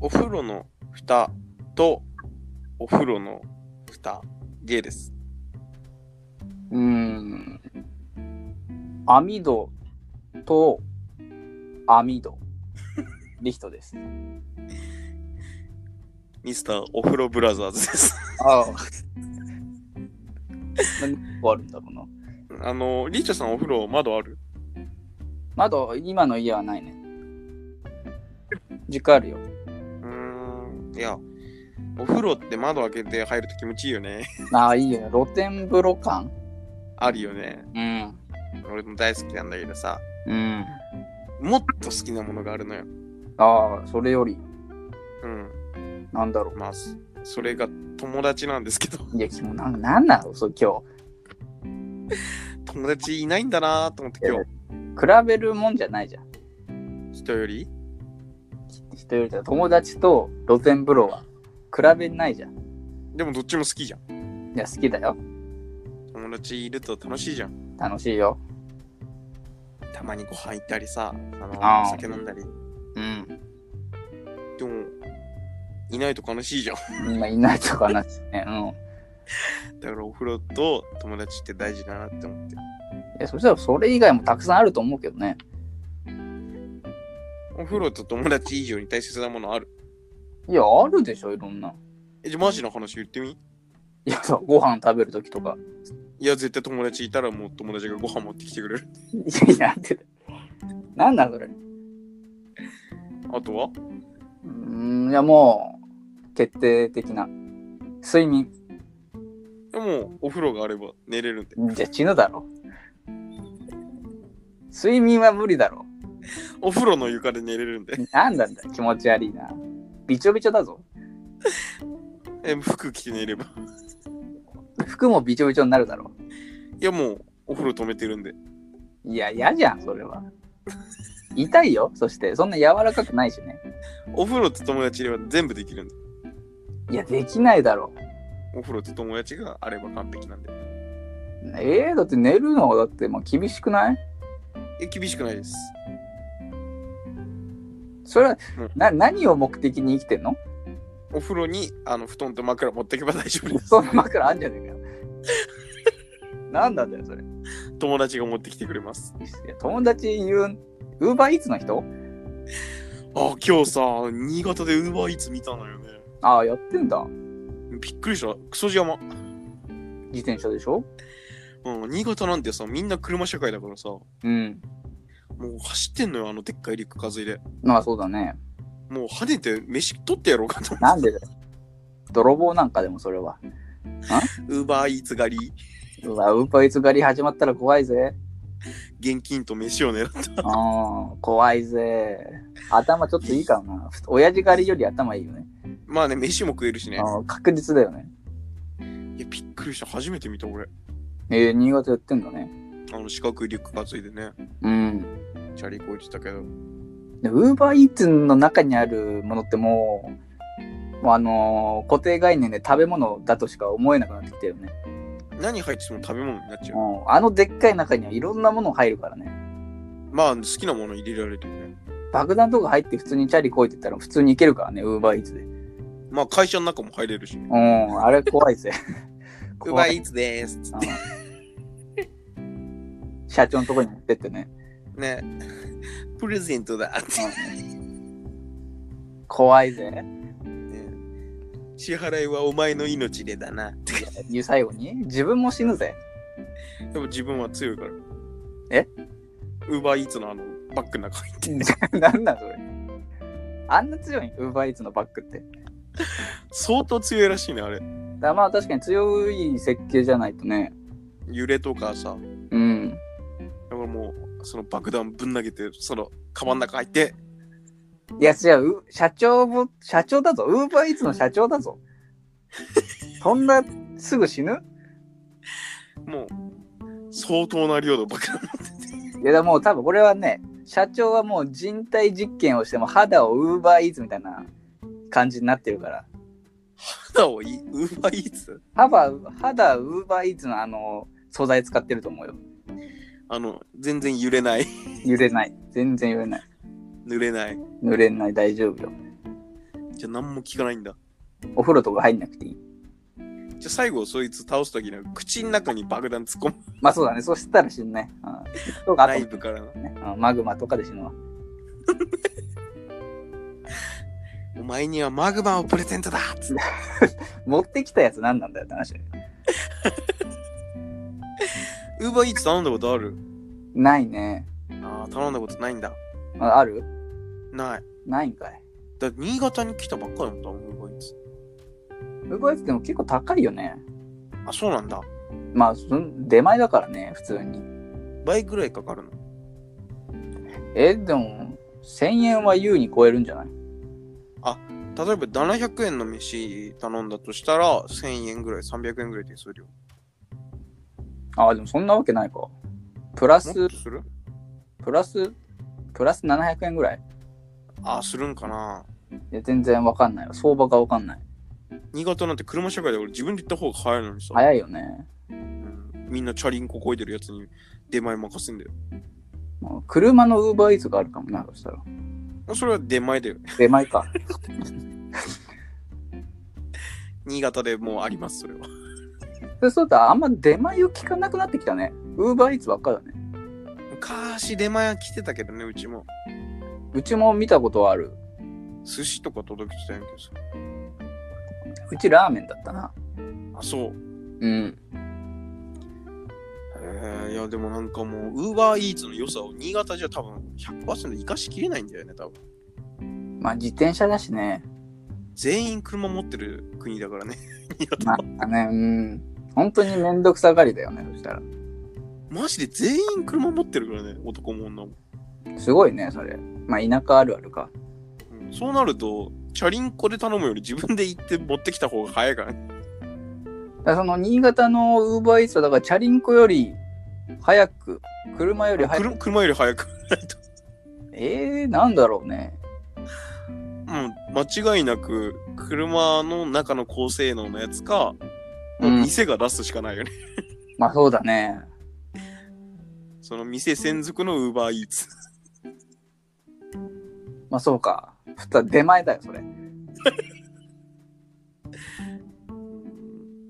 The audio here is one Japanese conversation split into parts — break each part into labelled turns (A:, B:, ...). A: お風呂の蓋とお風呂の蓋、ゲーです。
B: うーん。網戸と網戸。リヒトです。
A: ミスターお風呂ブラザーズです。
B: ああ。何個あるんだろうな。
A: あの、リーチョさんお風呂窓ある
B: 窓、今の家はないね。実家あるよ。
A: うーん、いや、お風呂って窓開けて入ると気持ちいいよね。
B: ああ、いいよね。露天風呂感。
A: あるよね。
B: うん。
A: 俺も大好きなんだけどさ、
B: うん。
A: もっと好きなものがあるのよ。
B: ああ、それより、
A: うん。
B: なんだろ
A: まあ、そそれが友達なんですけど、
B: う。いや、もうなんなんなのそう今
A: 友達いないんだなと思って今日、
B: 日。比べるもんじゃないじゃん。
A: 人より。
B: 人よりだ友達と露天風呂は比べないじゃん。
A: でもどっちも好きじゃん。
B: いや、好きだよ。
A: 友達いると楽しいじゃん。
B: 楽しいよ。
A: たまにご飯行ったりさ、あの
B: あー
A: お酒飲んだり。
B: うん。
A: でも、いないと悲しいじゃん。
B: 今いないとかなしね。うん。
A: だからお風呂と友達って大事だなって思って。
B: え、そしたらそれ以外もたくさんあると思うけどね。
A: お風呂と友達以上に大切なものある。
B: いや、あるでしょ、いろんな。
A: え、じゃあマジの話言ってみ
B: いや、そうご飯食べるときとか。
A: いや、絶対友達いたらもう友達がご飯持ってきてくれる。
B: いや、なんでだ。なんなんそれ。う
A: あとは
B: ーん、いや、もう、決定的な。睡眠。
A: でも、お風呂があれば寝れるんで。
B: じゃあ死ぬだろ。睡眠は無理だろ。
A: お風呂の床で寝れるんで。
B: なんなんだ、気持ち悪いな。びちょびちょだぞ。
A: え、服着て寝れば。
B: 服もびちょびちょになるだろ。
A: いや、もう、お風呂止めてるんで。
B: いや、嫌じゃん、それは。痛いよ、そして。そんな柔らかくないしね。
A: お風呂と友達いれば全部できるんで。
B: いや、できないだろ。
A: お風呂と友達があれば完璧なんで。
B: えー、だって寝るのはだって、まあ、厳しくない
A: え、厳しくないです。
B: それは、
A: うん
B: な何を目的に生きて んの
A: お風呂に、あの、布団と枕持ってけば大丈夫です。
B: その枕あんじゃねえかよ。なんなんだよ、それ。い
A: 友達が持ってきてくれます。
B: や友達言う、ウーバーイーツの人
A: あ、今日さ、新潟でウーバーイーツ見たのよね。
B: ああ、やってんだ。
A: びっくりした。クソ邪魔。
B: 自転車でしょ
A: うん、新潟なんてさ、みんな車社会だからさ、も
B: うん。
A: う走ってんのよ、あのでっかい陸風で。
B: まあそうだね。
A: もう跳ねて飯取ってやろうかと思
B: な
A: っ
B: ん
A: て。
B: でだよ。泥棒なんかでもそれは。
A: ウーバーイーツ狩り、
B: うわ、ウーパーイーツ狩り始まったら怖いぜ。
A: 現金と飯を狙って。
B: うん、怖いぜ。頭ちょっといいからな。ふ親父狩りより頭いいよね。
A: まあね、飯も食えるしね。
B: うん確実だよね。
A: いや、びっくりした。初めて見た、俺。
B: えー、新潟やってんだね。
A: あの、四角いリュック担いでね、
B: うん。
A: チャリこいてたけど。
B: で、ウーバーイーツの中にあるものってもう、もうあのー固定概念で食べ物だとしか思えなくなってきたよね。
A: 何入ってても食べ物になっちゃ
B: う
A: う。
B: ん。あのでっかい中にはいろんなもの入るからね。
A: まあ、好きなもの入れられてるね。
B: 爆弾とか入って普通にチャリこいてったら普通に行けるからね、ウーバーイーツで。
A: まあ、会社の中も入れるしね。
B: うん、あれ怖いぜ。
A: ウーバ
B: 怖
A: ー
B: い
A: イーツでーす。つって
B: うん社長のとこに持ってってね。
A: ね。 プレゼントだって。
B: うん怖いぜ。
A: 支払いはお前の命でだな。
B: 言う最後に自分も死ぬぜ。
A: でも自分は強いから。
B: え
A: ウーバーイーツのあのバッグの中入って、
B: なんなんそれ。あんな強いウーバーイーツのバッグって。
A: 相当強いらしいね、あれ。
B: だからまあ確かに強い設計じゃないとね。
A: 揺れとかさ。
B: うん。
A: だからもう、その爆弾ぶん投げて、その、カバンの中入って、
B: いや、じゃあ、う社長も、社長だぞ。ウーバーイーツの社長だぞ。そんな、すぐ死ぬ
A: もう、相当な量の爆弾。
B: いや、でも多分これはね、社長はもう人体実験をしても肌をウーバーイーツみたいな感じになってるから。
A: 肌をいウーバーイーツ
B: 肌、肌ウーバーイーツのあの、素材使ってると思うよ。
A: あの、全然揺れない。
B: 揺れない。全然揺れない。
A: 濡れない。
B: 濡れない。大丈夫よ。
A: じゃあ何も聞かないんだ。
B: お風呂とか入んなくていい。
A: じゃあ最後そいつ倒すときの口の中に爆弾突っ込む。
B: まあそうだね。そしたら死ぬね。うん。とか、あと
A: 内部からの。
B: ね、うんマグマとかで死ぬわ。
A: お前にはマグマをプレゼントだっつって
B: 持ってきたやつ何なんだよって話だよ
A: ウーバーイーツ頼んだことある
B: ないね。
A: ああ、頼んだことないんだ。
B: あある
A: ない。
B: ないんかい。
A: だって新潟に来たばっかりだったウーバーイーツ。
B: ウーバーイーツでも結構高いよね。
A: あ、そうなんだ。
B: まあ、そん出前だからね、普通に。
A: 倍ぐらいかかるの。
B: え、でも、1000円は優に超えるんじゃない
A: 例えば700円の飯頼んだとしたら1000円ぐらい、300円ぐらいで数量。
B: ああ、でもそんなわけないか。プラ
A: もっ
B: ス
A: と、する
B: プラス、プラス700円ぐらい
A: ああ、するんかない
B: や全然わかんないわ。相場がわかんない。
A: 新潟なんて車社会で俺自分で行った方が早いのにさ。
B: 早いよね。
A: うんみんなチャリンコこいでるやつに出前任せんだよ。
B: まあ車のウーバーイーツがあるかもな、そしたら。
A: それは出前だよ。
B: 出前か。
A: 新潟でもうあります、それは。
B: でそうだ、あんま出前を聞かなくなってきたね。ウーバーイーツばっかだね。
A: 昔出前は来てたけどね、うちも。
B: うちも見たことはある。
A: 寿司とか届けてたんやけどさ。
B: うちラーメンだったな。
A: あ、そう。
B: うん。
A: えーいやでもなんかもう、ウーバーイーツの良さを新潟じゃ多分100%生かしきれないんだよね、多分。
B: まあ自転車だしね。
A: 全員車持ってる国だからね。 新潟
B: まあね、うん。本当にめんどくさがりだよね、そしたら。
A: マジで全員車持ってるからね、男も女も。
B: すごいね、それ。まあ田舎あるあるか。
A: うんそうなると、チャリンコで頼むより自分で行って持ってきた方が早いからね。
B: だからその新潟のウーバーイーツは、だからチャリンコより早く、車より早
A: 車
B: く。
A: 車より早くないと。
B: えー、なんだろうね。
A: もう間違いなく、車の中の高性能のやつか、もう
B: うん
A: 店が出すしかないよね。
B: まあそうだね。
A: その店専属のウーバーイーツ。
B: まあそうか。ふた出前だよ、それ。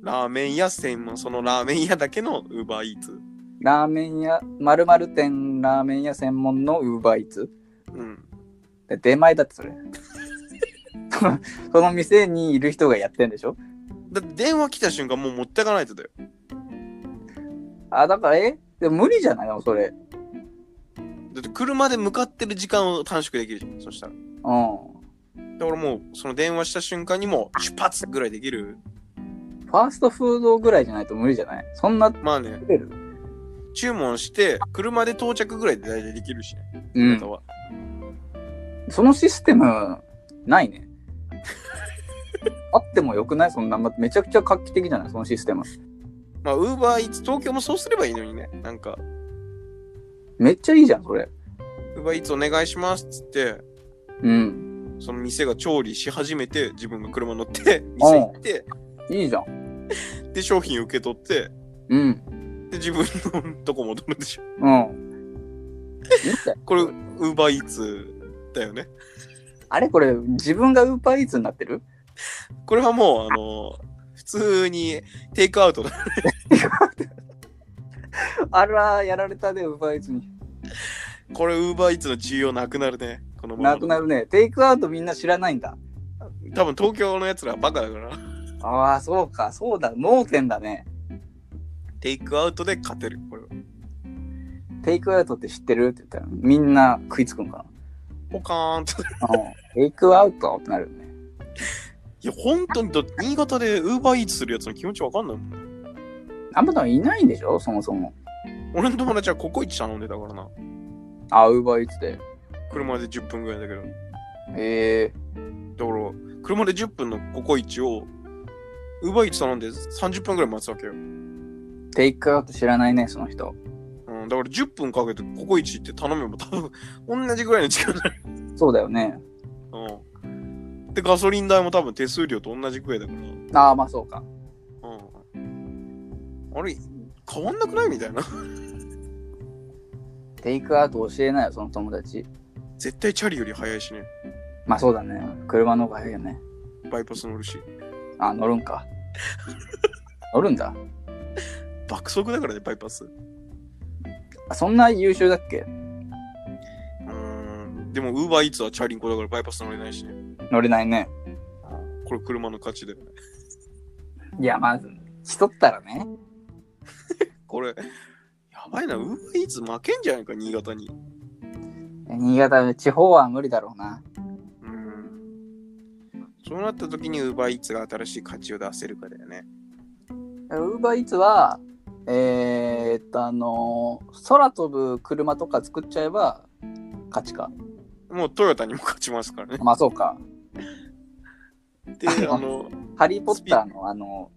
A: ラーメン屋専門、そのラーメン屋だけのウーバーイーツ。
B: ラーメン屋、まる店、ラーメン屋専門のウーバーイーツ。
A: うん。
B: で出前だって、それ。そのその店にいる人がやってんでしょ
A: だって電話来た瞬間もう持ってかないとだよ。
B: あ、だから、えでも無理じゃないのそれ。
A: だって車で向かってる時間を短縮できるじゃん。そしたら。
B: うん。
A: だからもう、その電話した瞬間にもう出発ぐらいできる。
B: ファーストフードぐらいじゃないと無理じゃないそんな
A: まあね、
B: レベル
A: 注文して、車で到着ぐらいで大体できるしね。
B: う
A: あと
B: ん。
A: は。
B: そのシステム、ないね。あってもよくないそんな、まめちゃくちゃ画期的じゃないそのシステム。
A: まあ、ウーバーイーツ東京もそうすればいいのにね。なんか、
B: めっちゃいいじゃん、それ。
A: ウーバーイーツお願いしますっつって、
B: うん。
A: その店が調理し始めて、自分が車乗って、店行って、
B: いいじゃん。
A: で、商品受け取って、
B: うん。
A: で、自分のとこ戻るでしょ。
B: うん。いいんだよ
A: これ、ウーバーイーツだよね。
B: あれこれ、自分がウーパーイーツになってる
A: これはもう、あの、普通にテイクアウトだ。
B: あら、やられたで、ウーパーイーツに。
A: これ、ウーバーイーツの需要なくなるね。このまま
B: なくなるね。テイクアウトみんな知らないんだ。
A: 多分東京のやつらはバカだから。
B: ああ、そうか、そうだ、盲点だね。
A: テイクアウトで勝てる。これ
B: テイクアウトって知ってるって言ったら、みんな食いつくんかな。
A: ポカーンと。
B: うんテイクアウトってなるよね。
A: いや、本当にだ、新潟でウーバーイーツするやつの気持ちわかんないもん。
B: あんまでもいないんでしょそもそも。
A: 俺の友達はココイチ頼んでたからな。
B: あ、ウーバーイーツで。
A: 車で10分ぐらいだけど。だ
B: え
A: から、車で10分のココイチを、ウーバーイーツ頼んで30分ぐらい待つわけよ。
B: ー、テイクアウト知らないね、その人。
A: うん、だから10分かけてココイチ行って頼めば多分、同じぐらいの時間になる。
B: そうだよね。
A: うん。で、ガソリン代も多分手数料と同じくらいだから。
B: ああ、まあそうか。
A: うん。あれ、変わんなくないみたいな。
B: テイクアウト教えないよ、その友達。
A: 絶対チャリより早いしね。
B: まあそうだね。車の方が早いよね。
A: バイパス乗るし。
B: あ、乗るんか。乗るんだ。
A: 爆速だからね、バイパス。う
B: あそんな優秀だっけ
A: ーん。でも、ウーバーイーツはチャリンコだからバイパス乗れないしね。
B: 乗れないね。
A: これ車の勝ちだよね。
B: いや、まず、しとったらね。
A: これ、やばいな、ウーバーイーツ負けんじゃないか、新潟に。
B: 新潟、地方は無理だろうな。
A: うーん。そうなった時にウーバーイーツが新しい価値を出せるかだよね。
B: ウーバーイーツは、えーっと、あのー空飛ぶ車とか作っちゃえば、勝ちか。
A: もうトヨタにも勝ちますからね。
B: まあそうか。
A: で、あの、
B: ハリー・ポッターのあの、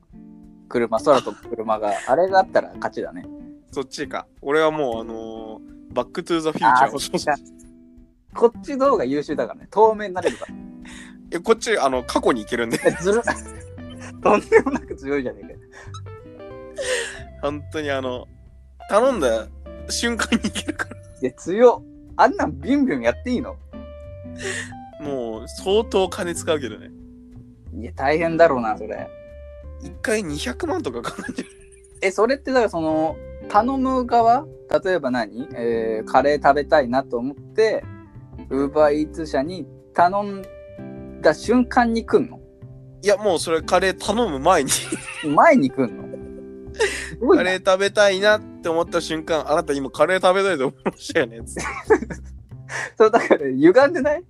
B: 車、空飛ぶ車 が、あれがあったら勝ちだね。
A: そっちか。俺はもう、あのーバックトゥーザフューチ
B: あ
A: ャー
B: ー
A: を
B: そっちか。こっちの方が優秀だからね。透明になれるか
A: え、こっち、あの、過去に行けるんで、
B: ら。ずる。 とんでもなく強いじゃねえかよ。
A: 本当にあの、頼んだ瞬間に行けるから。
B: いや、強っ。あんなんビュンビュンやっていいの
A: もう、相当金使うけどね。
B: いや、大変だろうな、それ。
A: 一回200万とかかかるんじゃない
B: え、それってだからその、頼む側例えば何えーカレー食べたいなと思って、ウーバーイーツ社に頼んだ瞬間に来んの
A: いや、もうそれカレー頼む前に、
B: 前に来んのすごい
A: カ
B: な
A: レー食べたいなって思った瞬間、あなた今カレー食べたいと思いました よね。つって
B: そうだから歪んでない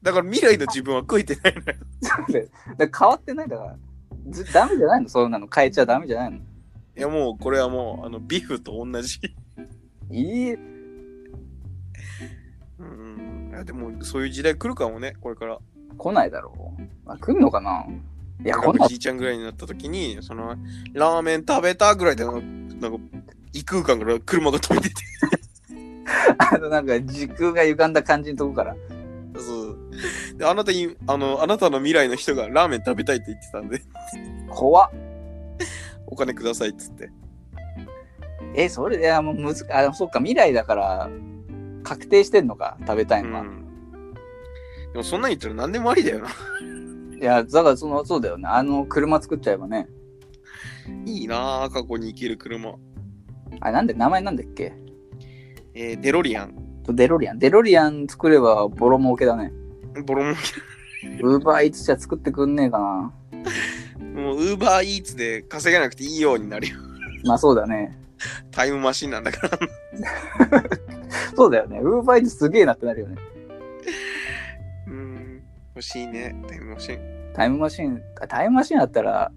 A: だから未来の自分は食えてないのよ。
B: だから変わってないだからずダメじゃないのそんなの変えちゃダメじゃないの
A: いや、もうこれはもう、あの、ビフと同じ。
B: いい
A: うん。いや、でも、そういう時代来るかもね、これから。
B: 来ないだろう、あ、来んのかないや
A: なんか
B: 来ない
A: じいちゃんぐらいになった時に、その、ラーメン食べたぐらいで、なんか、異空間から車が飛び出て、
B: あのなんか時空が歪んだ感じのとこから
A: そう。で、あなたに、あの、あなたの未来の人がラーメン食べたいって言ってたんで、
B: 怖っ
A: お金くださいっつって。
B: えそれいやもうむずあそっか未来だから確定してんのか食べたいのは、
A: でも、そんなん言ったら何でもありだよな。
B: いやだからそのそうだよねあの車作っちゃえばね
A: いいなぁ、過去に生きる車。
B: あなんで名前なんだっけ
A: えー、デロリアン。
B: デロリアンデロリアン作ればボロ儲けだね
A: ボロモ
B: ウーバーイーツ社作ってくんねえかな
A: もう、ウーバーイーツで稼げなくていいようになるよ。
B: まあそうだね
A: タイムマシンなんだから。
B: そうだよね。ウーバーイーツすげえなってなるよね。
A: うん。欲しいね、タイムマシン。
B: タイムマシン、あタイムマシンだったら、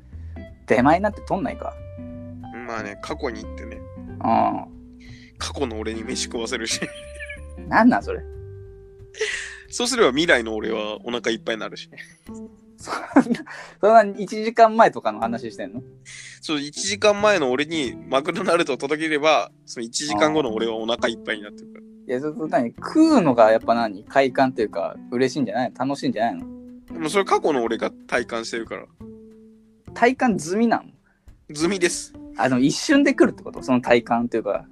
B: 出前なんて取んないか。
A: まあね、過去に行ってね、
B: う
A: 過去の俺に飯食わせるし。
B: ん。なんなんそれ。
A: そうすれば未来の俺はお腹いっぱいになるしね。
B: そんな、そんな1時間前とかの話してんの
A: そう、1時間前の俺にマクドナルドを届ければ、その1時間後の俺はお腹いっぱいになってるか
B: いや、そそ何食うのがやっぱ何快感っていうか、嬉しいんじゃないの楽しいんじゃないの
A: ら。でもそれ過去の俺が体感してるから。
B: 体感済みなの
A: 済みです。
B: あの、一瞬で来るってことその体感というか、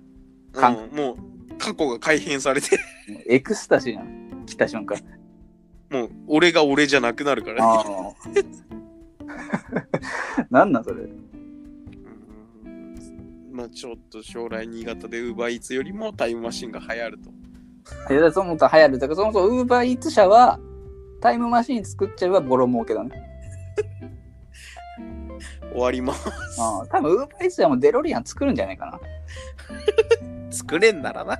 A: うん
B: かん
A: もう過去が改変されて、
B: エクスタシーなの来た瞬間。
A: もう俺が俺じゃなくなるから、
B: ああ。 なんなんそれ。
A: うんまあちょっと将来新潟で UberEats よりもタイムマシンが流行ると。
B: いや、そもそも流行る。だからそもそもウーバーイーツ社は、タイムマシン作っちゃえばボロ儲けだね。
A: 終わります。
B: ああ多分ウーバーイーツ社もデロリアン作るんじゃないかな。
A: 作れんならな。